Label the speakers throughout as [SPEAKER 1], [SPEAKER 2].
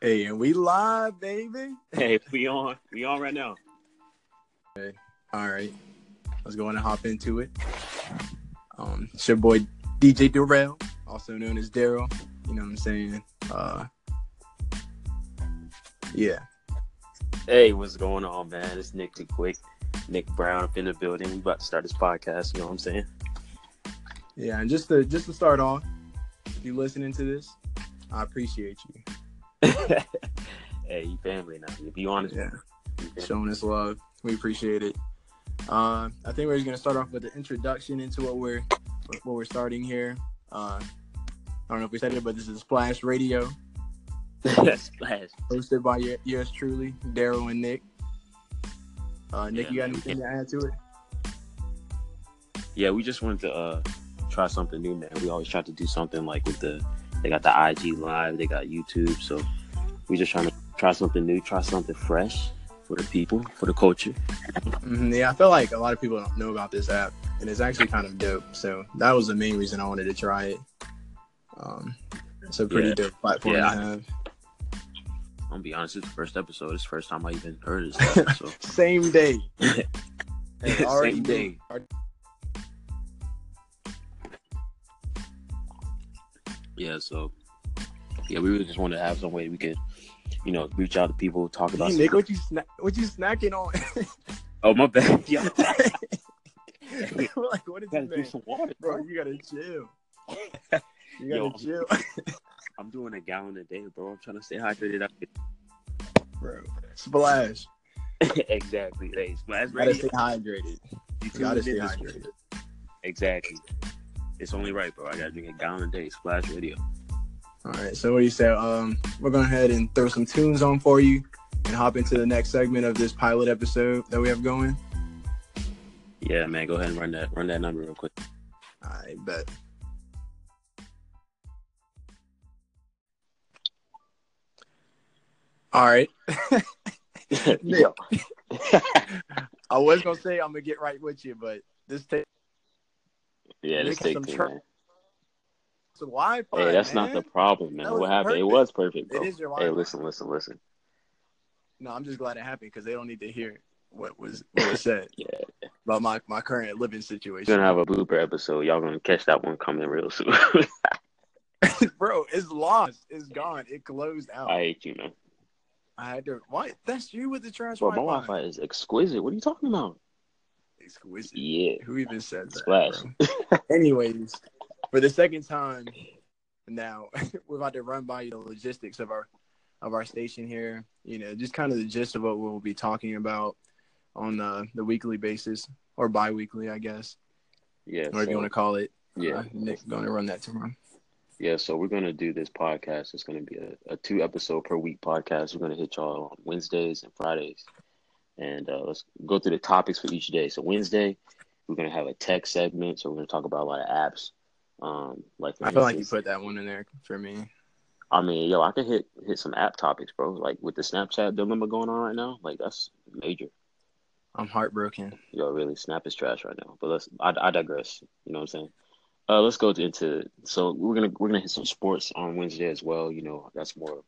[SPEAKER 1] Hey, and we live, baby.
[SPEAKER 2] Hey, we on. We on right now.
[SPEAKER 1] All right, let's go on and hop into it. Um, it's your boy DJ Durrell, also known as Daryl. You know what I'm saying? Uh, yeah.
[SPEAKER 2] Hey, what's going on, man? It's Nick T Quick, Nick Brown up in the building. We about to start this podcast. You know what I'm saying?
[SPEAKER 1] Yeah, and just to just to start off, if you listening to this, I appreciate you.
[SPEAKER 2] hey, you family now. You be honest.
[SPEAKER 1] Yeah,
[SPEAKER 2] you family.
[SPEAKER 1] showing us love. We appreciate it. Uh, I think we're just gonna start off with the introduction into what we're what we're starting here. Uh, I don't know if we said it, but this is Splash Radio,
[SPEAKER 2] Splash.
[SPEAKER 1] hosted by your- yours truly, Daryl and Nick. Uh, Nick,
[SPEAKER 2] Yeah,
[SPEAKER 1] you got
[SPEAKER 2] man, we
[SPEAKER 1] anything to add to it?
[SPEAKER 2] Yeah, we just wanted to uh try something new, man. We always try to do something like with the they got the IG live, they got YouTube, so we just trying to try something new, try something fresh for the people, for the culture.
[SPEAKER 1] Mhm, yeah, I feel like a lot of people don't know about this app, and it's actually kind of dope. So that was the main reason I wanted to try it. Um, it's a pretty
[SPEAKER 2] Yeah.
[SPEAKER 1] dope platform
[SPEAKER 2] Yeah,
[SPEAKER 1] to
[SPEAKER 2] I-
[SPEAKER 1] have.
[SPEAKER 2] I'm gonna be honest, it's the first episode. It's the first time I even heard of this stuff, so
[SPEAKER 1] Same day.
[SPEAKER 2] Same
[SPEAKER 1] already-
[SPEAKER 2] day. yeah, so yeah, we really just wanted to have some way we could, you know, reach out to people, talk about.
[SPEAKER 1] Hey, Nick, what you sna- what you snacking on?
[SPEAKER 2] oh my bad, yeah.
[SPEAKER 1] We're like, what is
[SPEAKER 2] gotta
[SPEAKER 1] this
[SPEAKER 2] do
[SPEAKER 1] man?
[SPEAKER 2] some water,
[SPEAKER 1] Bro,
[SPEAKER 2] bro.
[SPEAKER 1] you gotta chill. You gotta
[SPEAKER 2] Yo,
[SPEAKER 1] chill,
[SPEAKER 2] I'm doing a gallon a day, bro. I'm trying to stay hydrated. I-
[SPEAKER 1] bro. Splash.
[SPEAKER 2] exactly. Hey, Splash
[SPEAKER 1] You gotta stay
[SPEAKER 2] Radio.
[SPEAKER 1] hydrated.
[SPEAKER 2] You
[SPEAKER 1] You gotta
[SPEAKER 2] tuned
[SPEAKER 1] stay
[SPEAKER 2] in this-
[SPEAKER 1] hydrated.
[SPEAKER 2] Exactly. It's only right, bro. I gotta drink a gallon a day. Splash Radio.
[SPEAKER 1] All right. So what do you say? Um, we're going ahead and throw some tunes on for you, and hop into the next segment of this pilot episode that we have going.
[SPEAKER 2] Yeah, man. Go ahead and run that run that number real quick.
[SPEAKER 1] I bet. All right. Nick. I was gonna say I'm gonna get right with you, but this takes
[SPEAKER 2] yeah, this
[SPEAKER 1] Nick has
[SPEAKER 2] takes
[SPEAKER 1] some
[SPEAKER 2] it,
[SPEAKER 1] tr-
[SPEAKER 2] man.
[SPEAKER 1] some Wi-Fi.
[SPEAKER 2] Hey, that's
[SPEAKER 1] man.
[SPEAKER 2] not the problem, man.
[SPEAKER 1] That was
[SPEAKER 2] What happened? It
[SPEAKER 1] perfect.
[SPEAKER 2] was perfect,
[SPEAKER 1] It
[SPEAKER 2] bro.
[SPEAKER 1] is your
[SPEAKER 2] Hey,
[SPEAKER 1] Wi-Fi.
[SPEAKER 2] listen, listen, listen.
[SPEAKER 1] No, I'm just glad it happened because they don't need to hear what was what was said
[SPEAKER 2] Yeah,
[SPEAKER 1] about my, my current living
[SPEAKER 2] we're
[SPEAKER 1] situation.
[SPEAKER 2] gonna have a blooper episode. Y'all gonna catch that one coming real soon.
[SPEAKER 1] Bro, it's lost. It's gone. It closed out.
[SPEAKER 2] I
[SPEAKER 1] I,
[SPEAKER 2] hate you, man.
[SPEAKER 1] had to. What? That's you with the trash
[SPEAKER 2] Bro, my
[SPEAKER 1] Wi-Fi.
[SPEAKER 2] Wi-Fi is exquisite. What are you talking about?
[SPEAKER 1] Exquisite.
[SPEAKER 2] Yeah,
[SPEAKER 1] Who even said that?
[SPEAKER 2] Splash.
[SPEAKER 1] bro? Anyways, for the second time now, we're about to run by you the logistics of our of our station here. You know, just kind of the gist of what we'll be talking about on the the weekly basis or bi-weekly, I guess,
[SPEAKER 2] yeah.
[SPEAKER 1] or if Oh, you
[SPEAKER 2] so-
[SPEAKER 1] want to call it.
[SPEAKER 2] yeah.
[SPEAKER 1] Uh, Nick's going to run that tomorrow.
[SPEAKER 2] Yeah, so we're gonna do this podcast. It's gonna be a, a two episode per week podcast. We're gonna hit y'all on Wednesdays and Fridays, and uh, let's go through the topics for each day. So Wednesday, we're gonna have a tech segment. So we're gonna talk about a lot of apps. Um, like for
[SPEAKER 1] I feel like you
[SPEAKER 2] instance-
[SPEAKER 1] put that one in there for me.
[SPEAKER 2] I mean, yo, I could hit hit some app topics, bro. Like with the Snapchat dilemma going on right now, like that's major.
[SPEAKER 1] I'm heartbroken.
[SPEAKER 2] Yo, really, Snap is trash right now. But let's, I, I digress. You know what I'm saying? Uh, let's go into so we're gonna we're gonna hit some sports on Wednesday as well. You know, that's more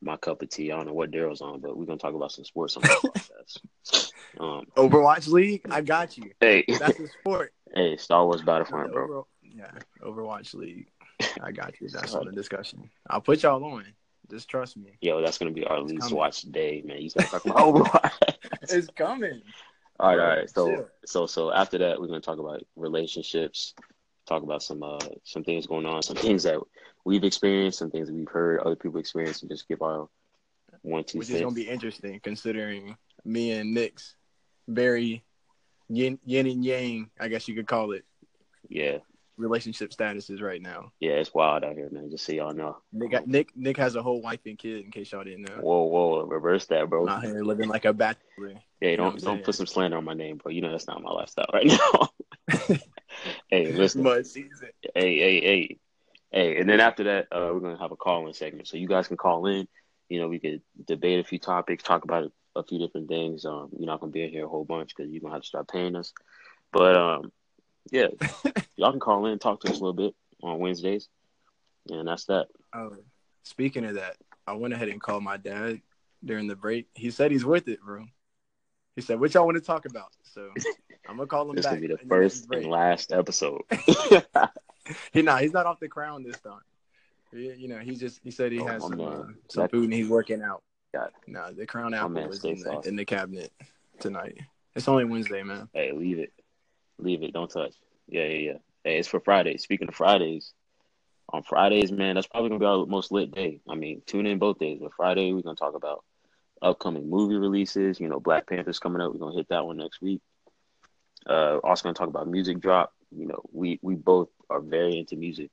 [SPEAKER 2] my cup of tea. I don't know what Daryl's on, but we're gonna talk about some sports on the podcast. Um,
[SPEAKER 1] Overwatch League, I got you.
[SPEAKER 2] hey,
[SPEAKER 1] That's a sport.
[SPEAKER 2] hey, Star Wars Battlefront,
[SPEAKER 1] The
[SPEAKER 2] bro.
[SPEAKER 1] Overall- yeah, Overwatch League, I got you. That's on the discussion. I'll put y'all on. Just trust me.
[SPEAKER 2] Yo, that's gonna be our least
[SPEAKER 1] coming.
[SPEAKER 2] watched day, man. You gotta talk about Overwatch.
[SPEAKER 1] It's coming.
[SPEAKER 2] All right, all right. So,
[SPEAKER 1] Sure.
[SPEAKER 2] so, so after that, we're gonna talk about relationships, talk about some uh some things going on, some things that we've experienced, some things that we've heard other people experience, and just give our one, two,
[SPEAKER 1] Which is gonna
[SPEAKER 2] cents.
[SPEAKER 1] be interesting considering me and Nick's very yin, yin and yang, I guess you could call it,
[SPEAKER 2] Yeah,
[SPEAKER 1] relationship statuses right now.
[SPEAKER 2] yeah, it's wild out here, man. Just so y'all know.
[SPEAKER 1] Nick, Nick, Nick has a whole wife and kid. In case y'all didn't know,
[SPEAKER 2] Whoa, whoa, reverse that, bro.
[SPEAKER 1] I'm out here living like a bachelor.
[SPEAKER 2] hey,
[SPEAKER 1] know what
[SPEAKER 2] don't
[SPEAKER 1] I'm
[SPEAKER 2] don't
[SPEAKER 1] saying?
[SPEAKER 2] put some slander on my name, bro. You know that's not my lifestyle right now. hey, listen.
[SPEAKER 1] Mud season.
[SPEAKER 2] hey, hey, hey, hey. And then after that, uh, we're gonna have a call-in segment, so you guys can call in. You know, we could debate a few topics, talk about a, few different things. Um, you're not gonna be in here a whole bunch because you're gonna have to start paying us. But um, yeah, y'all can call in, talk to us a little bit on Wednesdays, and that's that.
[SPEAKER 1] Oh, speaking of that, I went ahead and called my dad during the break. He said he's with it, bro. He said, "What y'all want to talk about?" So I'm gonna call him
[SPEAKER 2] This
[SPEAKER 1] back.
[SPEAKER 2] will be the
[SPEAKER 1] in next
[SPEAKER 2] first
[SPEAKER 1] break.
[SPEAKER 2] and last episode.
[SPEAKER 1] He nah, he's not off the crown this time. He- you know, he just he said he
[SPEAKER 2] Oh,
[SPEAKER 1] has
[SPEAKER 2] my
[SPEAKER 1] some
[SPEAKER 2] man.
[SPEAKER 1] uh, some
[SPEAKER 2] That-
[SPEAKER 1] food and he's working out.
[SPEAKER 2] Got
[SPEAKER 1] Nah, the crown apple
[SPEAKER 2] man
[SPEAKER 1] was
[SPEAKER 2] stay
[SPEAKER 1] in the,
[SPEAKER 2] saucy.
[SPEAKER 1] in the cabinet tonight. It's only Wednesday, man.
[SPEAKER 2] hey, leave it, leave it. Don't touch. Yeah, yeah, yeah. Hey, it's for Fridays. Speaking of Fridays, on Fridays, man, that's probably gonna be our most lit day. I mean, tune in both days, but Friday we're gonna talk about upcoming movie releases. You know, Black Panther's coming up. We're gonna hit that one next week. Uh, also gonna talk about music drop. You know, we we both are very into music,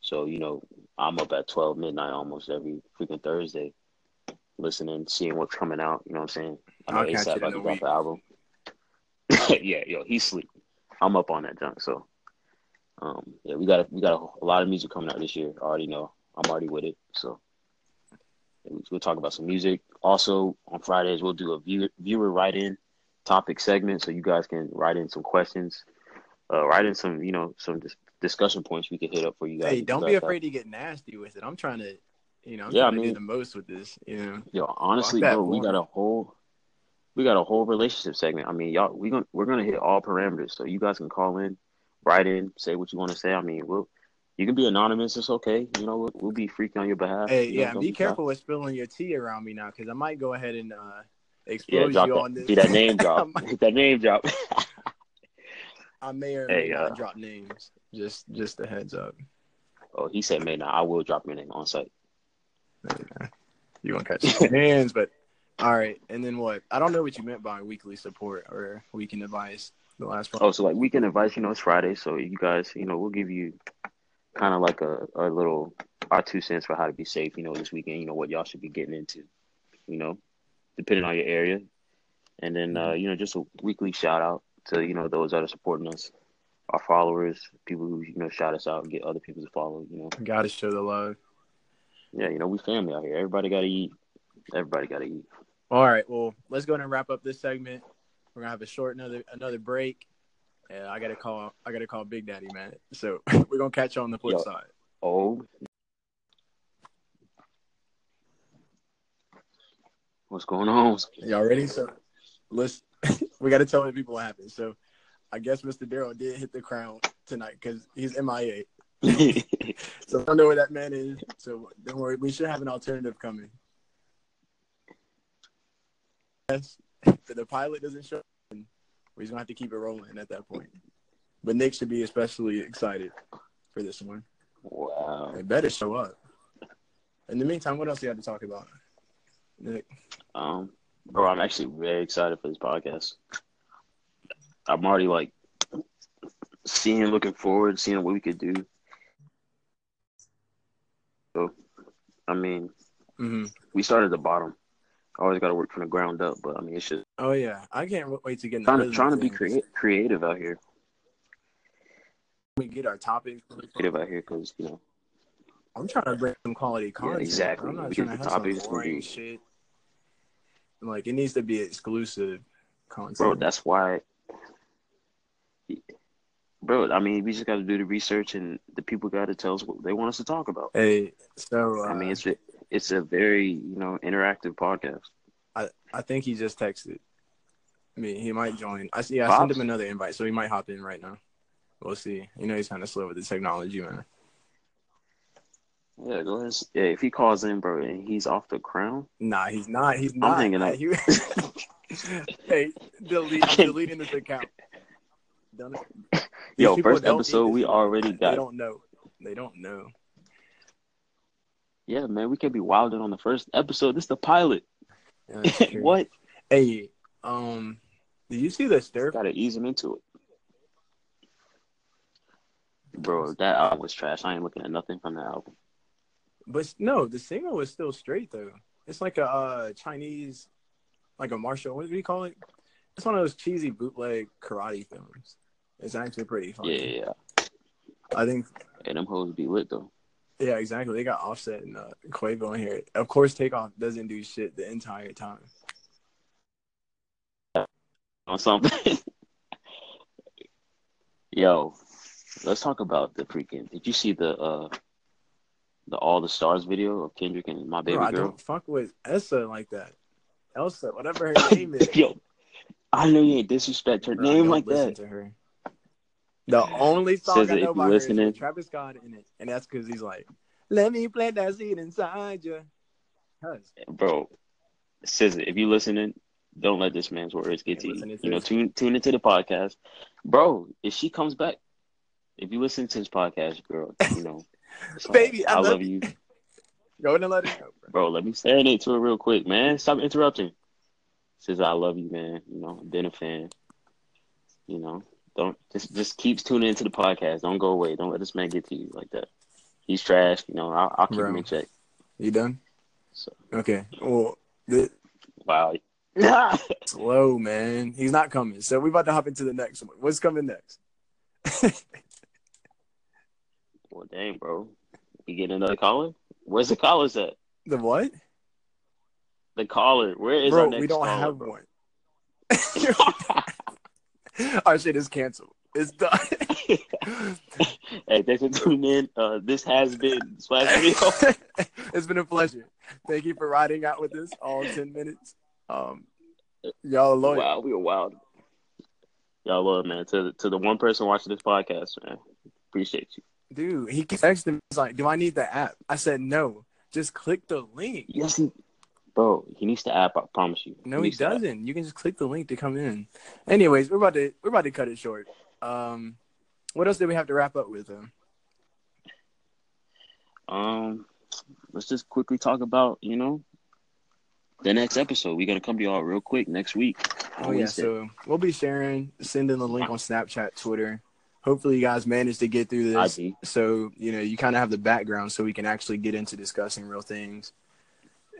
[SPEAKER 2] so you know, I'm up at twelve midnight almost every freaking Thursday, listening, seeing what's coming out. You know what I'm saying? I know
[SPEAKER 1] I'll catch
[SPEAKER 2] A$AP
[SPEAKER 1] it
[SPEAKER 2] about
[SPEAKER 1] in
[SPEAKER 2] to
[SPEAKER 1] a
[SPEAKER 2] drop
[SPEAKER 1] week.
[SPEAKER 2] an album. yeah, yo, he's sleep. I'm up on that junk. So, um, yeah, we got a, we got a, a lot of music coming out this year. I already know. I'm already with it. So, we'll talk about some music. Also, on Fridays, we'll do a viewer, viewer write in topic segment, so you guys can write in some questions, uh, write in some you know some dis- discussion points we can hit up for you guys.
[SPEAKER 1] Hey,
[SPEAKER 2] if you
[SPEAKER 1] don't
[SPEAKER 2] guys
[SPEAKER 1] be
[SPEAKER 2] have-
[SPEAKER 1] afraid to get nasty with it. I'm trying to, you know, I'm
[SPEAKER 2] Yeah, I
[SPEAKER 1] trying to
[SPEAKER 2] mean-
[SPEAKER 1] do the most with this. You know,
[SPEAKER 2] Yo, honestly,
[SPEAKER 1] that
[SPEAKER 2] bro, we
[SPEAKER 1] form.
[SPEAKER 2] got a whole we got a whole relationship segment. I mean, y'all, we gonna we're gonna hit all parameters, so you guys can call in, write in, say what you want to say. I mean, we'll you can be anonymous. It's okay. You know, we'll, we'll be freaking on your behalf.
[SPEAKER 1] hey,
[SPEAKER 2] You know,
[SPEAKER 1] yeah,
[SPEAKER 2] don't
[SPEAKER 1] be
[SPEAKER 2] shy.
[SPEAKER 1] careful with spilling your tea around me now, because I might go ahead and uh,
[SPEAKER 2] Yeah,
[SPEAKER 1] expose
[SPEAKER 2] drop
[SPEAKER 1] you on this.
[SPEAKER 2] that. Do that name drop.
[SPEAKER 1] I might-
[SPEAKER 2] Hit that name drop.
[SPEAKER 1] I may or
[SPEAKER 2] Hey,
[SPEAKER 1] may
[SPEAKER 2] uh,
[SPEAKER 1] not drop names. Just, just a heads up.
[SPEAKER 2] oh, he said, "Man, nah, I will drop your name on site."
[SPEAKER 1] You won't catch some hands, but all right. And then what? I don't know what you meant by weekly support or weekend advice. The last one.
[SPEAKER 2] Oh, so like weekend advice, you know, it's Friday, so you guys, you know, we'll give you kind of like a, a little our two cents for how to be safe, you know, this weekend, you know, what y'all should be getting into, you know, depending on your area. And then uh,
[SPEAKER 1] Mm-hmm.
[SPEAKER 2] you know, just a weekly shout out to, you know, those that are supporting us, our followers, people who, you know, shout us out and get other people to follow, you know.
[SPEAKER 1] Got to show the love.
[SPEAKER 2] Yeah, you know, we family out here. Everybody gotta eat. Everybody gotta eat.
[SPEAKER 1] All right. Well, let's go ahead and wrap up this segment. We're gonna have a short another another break. And I gotta call I gotta call Big Daddy, man. So we're gonna catch you on the flip
[SPEAKER 2] Yo.
[SPEAKER 1] side.
[SPEAKER 2] Oh. What's going on?
[SPEAKER 1] Y'all ready? So let's we gotta tell the people what happened. So I guess Mr. Daryl did hit the crown tonight because he's MIA. So I don't know where that man is. So don't worry, we should have an alternative coming. Yes, if the pilot doesn't show, up, then we're just gonna have to keep it rolling at that point. But Nick should be especially excited for this one.
[SPEAKER 2] wow.
[SPEAKER 1] They better show up. In the meantime, what else do you have to talk about? Nick,
[SPEAKER 2] Um, bro, I'm actually very excited for this podcast. I'm already like seeing, looking forward, seeing what we could do. So, I mean,
[SPEAKER 1] hmm
[SPEAKER 2] we started at the bottom. Always got to work from the ground up, but I mean, it's just
[SPEAKER 1] Oh yeah, I can't w- wait to get in the
[SPEAKER 2] trying to
[SPEAKER 1] rhythm
[SPEAKER 2] trying to
[SPEAKER 1] of
[SPEAKER 2] be
[SPEAKER 1] things.
[SPEAKER 2] creative, creative out here,
[SPEAKER 1] We get our topics.
[SPEAKER 2] creative out here, because you know,
[SPEAKER 1] I'm trying to bring some quality content.
[SPEAKER 2] exactly.
[SPEAKER 1] I'm not
[SPEAKER 2] Because
[SPEAKER 1] trying to
[SPEAKER 2] the
[SPEAKER 1] have some
[SPEAKER 2] topic is gonna
[SPEAKER 1] boring
[SPEAKER 2] be-
[SPEAKER 1] shit. Like it needs to be exclusive content.
[SPEAKER 2] bro, that's why. Bro, I mean, we just got to do the research, and the people got to tell us what they want us to talk about.
[SPEAKER 1] Hey, so uh,
[SPEAKER 2] I mean, it's a, it's a very you know interactive podcast.
[SPEAKER 1] uh, I think he just texted me. He might join. I see. I
[SPEAKER 2] Pops?
[SPEAKER 1] sent him another invite, so he might hop in right now. We'll see. You know, he's kind of slow with the technology, man.
[SPEAKER 2] Yeah, go ahead. and s- Yeah, if he calls in, bro, and he's off the crown,
[SPEAKER 1] Nah, he's not. He's not.
[SPEAKER 2] hanging out.
[SPEAKER 1] He- hey, delete, I'm deleting this account. Done it. These
[SPEAKER 2] yo,
[SPEAKER 1] people
[SPEAKER 2] first
[SPEAKER 1] don't need
[SPEAKER 2] episode
[SPEAKER 1] this
[SPEAKER 2] we
[SPEAKER 1] shit.
[SPEAKER 2] already
[SPEAKER 1] They
[SPEAKER 2] got.
[SPEAKER 1] don't know. They don't know.
[SPEAKER 2] Yeah, man, we could be wilding on the first episode. This is the pilot.
[SPEAKER 1] Yeah, that's true.
[SPEAKER 2] what?
[SPEAKER 1] Hey, um, did you see the stir?
[SPEAKER 2] Gotta ease him into it, bro. That album was trash. I ain't looking at nothing from that album.
[SPEAKER 1] But no, the single was still straight though. It's like a uh, Chinese, like a martial. What do you call it? It's one of those cheesy bootleg karate films. It's actually pretty
[SPEAKER 2] Yeah,
[SPEAKER 1] funny.
[SPEAKER 2] yeah, yeah.
[SPEAKER 1] I think.
[SPEAKER 2] Hey, them hoes be lit though.
[SPEAKER 1] Yeah, exactly. They got Offset and uh, Quavo in here. Of course, Takeoff doesn't do shit the entire time.
[SPEAKER 2] On something. yo, let's talk about the freaking. Did you see the uh the All the Stars video of Kendrick and my baby
[SPEAKER 1] Bro, I
[SPEAKER 2] girl.
[SPEAKER 1] don't fuck with Elsa like that. Elsa, whatever her name is.
[SPEAKER 2] Yo, I know you ain't disrespect her
[SPEAKER 1] Bro, I
[SPEAKER 2] name
[SPEAKER 1] don't
[SPEAKER 2] like
[SPEAKER 1] listen
[SPEAKER 2] that.
[SPEAKER 1] to her. The only song
[SPEAKER 2] Says
[SPEAKER 1] I
[SPEAKER 2] it
[SPEAKER 1] know
[SPEAKER 2] if
[SPEAKER 1] by
[SPEAKER 2] you
[SPEAKER 1] her is
[SPEAKER 2] listening.
[SPEAKER 1] with Travis Scott in it, and that's because he's like, "Let me plant that seed inside you." Cuz
[SPEAKER 2] Bro, SZA, if you listening, don't let this man's words get to
[SPEAKER 1] Hey,
[SPEAKER 2] you.
[SPEAKER 1] listen to
[SPEAKER 2] You know,
[SPEAKER 1] this.
[SPEAKER 2] tune tune into the podcast, bro. If she comes back, if you listen to this podcast, girl, you know, it's like,
[SPEAKER 1] Baby, I love
[SPEAKER 2] you,
[SPEAKER 1] go in and let it go, bro.
[SPEAKER 2] bro. Let me serenade to her real quick, man. Stop interrupting. SZA, I love you, man. You know, I've been a fan. You know, don't just just keep tuning into the podcast. Don't go away. Don't let this man get to you like that. He's trash. You know, I'll, I'll keep
[SPEAKER 1] Bro.
[SPEAKER 2] him in check.
[SPEAKER 1] You done?
[SPEAKER 2] So
[SPEAKER 1] Okay. Well, th-
[SPEAKER 2] wow.
[SPEAKER 1] slow man. He's not coming. So we about to hop into the next one. What's coming next?
[SPEAKER 2] Well, dang, bro. You get another caller? Where's the callers at?
[SPEAKER 1] The what?
[SPEAKER 2] The caller. Where is our
[SPEAKER 1] Bro,
[SPEAKER 2] next
[SPEAKER 1] we don't
[SPEAKER 2] caller,
[SPEAKER 1] have
[SPEAKER 2] bro?
[SPEAKER 1] one. Our shit is canceled. It's done.
[SPEAKER 2] hey, thanks for tuning in. Uh, this has been Splash Video.
[SPEAKER 1] it's been a pleasure. Thank you for riding out with us all ten minutes. Um, y'all are loyal.
[SPEAKER 2] wow, we are wild. Y'all love, man. To the, to the one person watching this podcast, man. Appreciate you.
[SPEAKER 1] dude. He keeps texting me. He's like, "Do I need the app?" I said, "No. Just click the link."
[SPEAKER 2] Yes, he, bro, he needs the app. I promise you.
[SPEAKER 1] No, he
[SPEAKER 2] needs the app.
[SPEAKER 1] doesn't. You can just click the link to come in. Anyways, we're about to we're about to cut it short. Um, what else did we have to wrap up with? Um,
[SPEAKER 2] Um, let's just quickly talk about you know the next episode. We're gonna come to y'all real quick next week. on
[SPEAKER 1] oh yeah,
[SPEAKER 2] Wednesday.
[SPEAKER 1] so we'll be sharing, sending the link on Snapchat, Twitter. Hopefully, you guys managed to get through this.
[SPEAKER 2] IG.
[SPEAKER 1] so you know you kind of have the background so we can actually get into discussing real things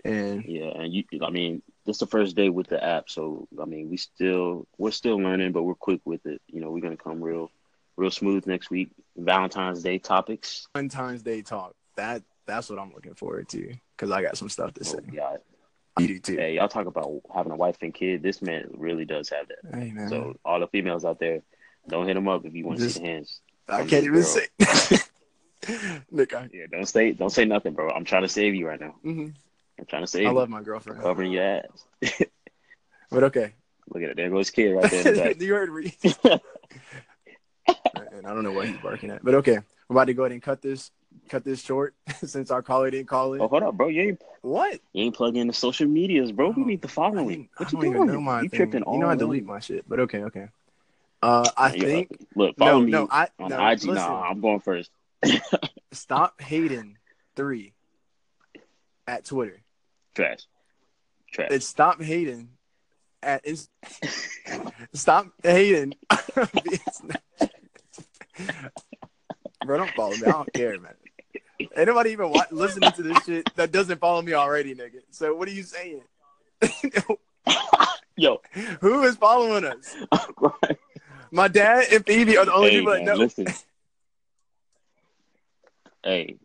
[SPEAKER 1] and
[SPEAKER 2] Yeah, and you, I mean, this the first day with the app, so I mean, we still we're still learning, but we're quick with it. You know, we're gonna come real, real smooth next week. Valentine's Day topics.
[SPEAKER 1] valentine's day talk that that's what i'm looking forward to because i got some stuff to say
[SPEAKER 2] Oh, yeah,
[SPEAKER 1] you do too
[SPEAKER 2] hey, y'all talk about having a wife and kid. This man really does have that.
[SPEAKER 1] hey man
[SPEAKER 2] So all the females out there, don't hit him up if you want
[SPEAKER 1] Mm-hmm.
[SPEAKER 2] to
[SPEAKER 1] Just-
[SPEAKER 2] see the hands.
[SPEAKER 1] i can't even
[SPEAKER 2] Girl.
[SPEAKER 1] say nick I,
[SPEAKER 2] Yeah, don't say don't say nothing, bro. I'm trying to save you right now.
[SPEAKER 1] mhm.
[SPEAKER 2] I'm trying to save.
[SPEAKER 1] I
[SPEAKER 2] you.
[SPEAKER 1] love my girlfriend
[SPEAKER 2] covering your ass.
[SPEAKER 1] but okay
[SPEAKER 2] Look at it. There goes kid right there. In the back.
[SPEAKER 1] you heard me and i don't know what he's barking at but okay we're about to go ahead and cut this cut this short since our caller didn't call in
[SPEAKER 2] oh, hold up, bro. You ain't
[SPEAKER 1] what
[SPEAKER 2] You ain't plugging the social medias, bro. We
[SPEAKER 1] No,
[SPEAKER 2] need the
[SPEAKER 1] I,
[SPEAKER 2] following.
[SPEAKER 1] didn't- I
[SPEAKER 2] e-, What
[SPEAKER 1] don't
[SPEAKER 2] you
[SPEAKER 1] even
[SPEAKER 2] doing?
[SPEAKER 1] know my
[SPEAKER 2] you
[SPEAKER 1] thing.
[SPEAKER 2] tripping all
[SPEAKER 1] you know I
[SPEAKER 2] along.
[SPEAKER 1] delete my shit, but okay, okay. Uh, I
[SPEAKER 2] You're
[SPEAKER 1] think
[SPEAKER 2] up. Look, follow
[SPEAKER 1] no,
[SPEAKER 2] me
[SPEAKER 1] no, I
[SPEAKER 2] on
[SPEAKER 1] no.
[SPEAKER 2] IG.
[SPEAKER 1] Listen,
[SPEAKER 2] Nah, I'm going first.
[SPEAKER 1] stop hating three at Twitter.
[SPEAKER 2] Trash. Trash.
[SPEAKER 1] It's stop hating at Inst- stop hating. Bro, don't follow me. I don't care, man. Anybody even wa- listening to this shit that doesn't follow me already, nigga? So what are you saying?
[SPEAKER 2] Yo,
[SPEAKER 1] Who is following us? My dad and Phoebe are the only
[SPEAKER 2] hey,
[SPEAKER 1] people that
[SPEAKER 2] man,
[SPEAKER 1] know.
[SPEAKER 2] listen. hey,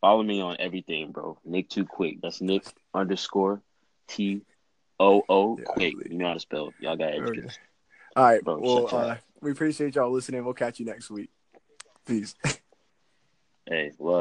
[SPEAKER 2] follow me on everything, bro. Nick Too Quick. That's Nick underscore T O O
[SPEAKER 1] Yeah, I
[SPEAKER 2] Quick.
[SPEAKER 1] believe-
[SPEAKER 2] You know how to spell. it. Y'all got it.
[SPEAKER 1] Okay. All right.
[SPEAKER 2] Bro, shut
[SPEAKER 1] well,
[SPEAKER 2] your
[SPEAKER 1] uh, we appreciate y'all listening. We'll catch you next week. Peace.
[SPEAKER 2] Hey, love.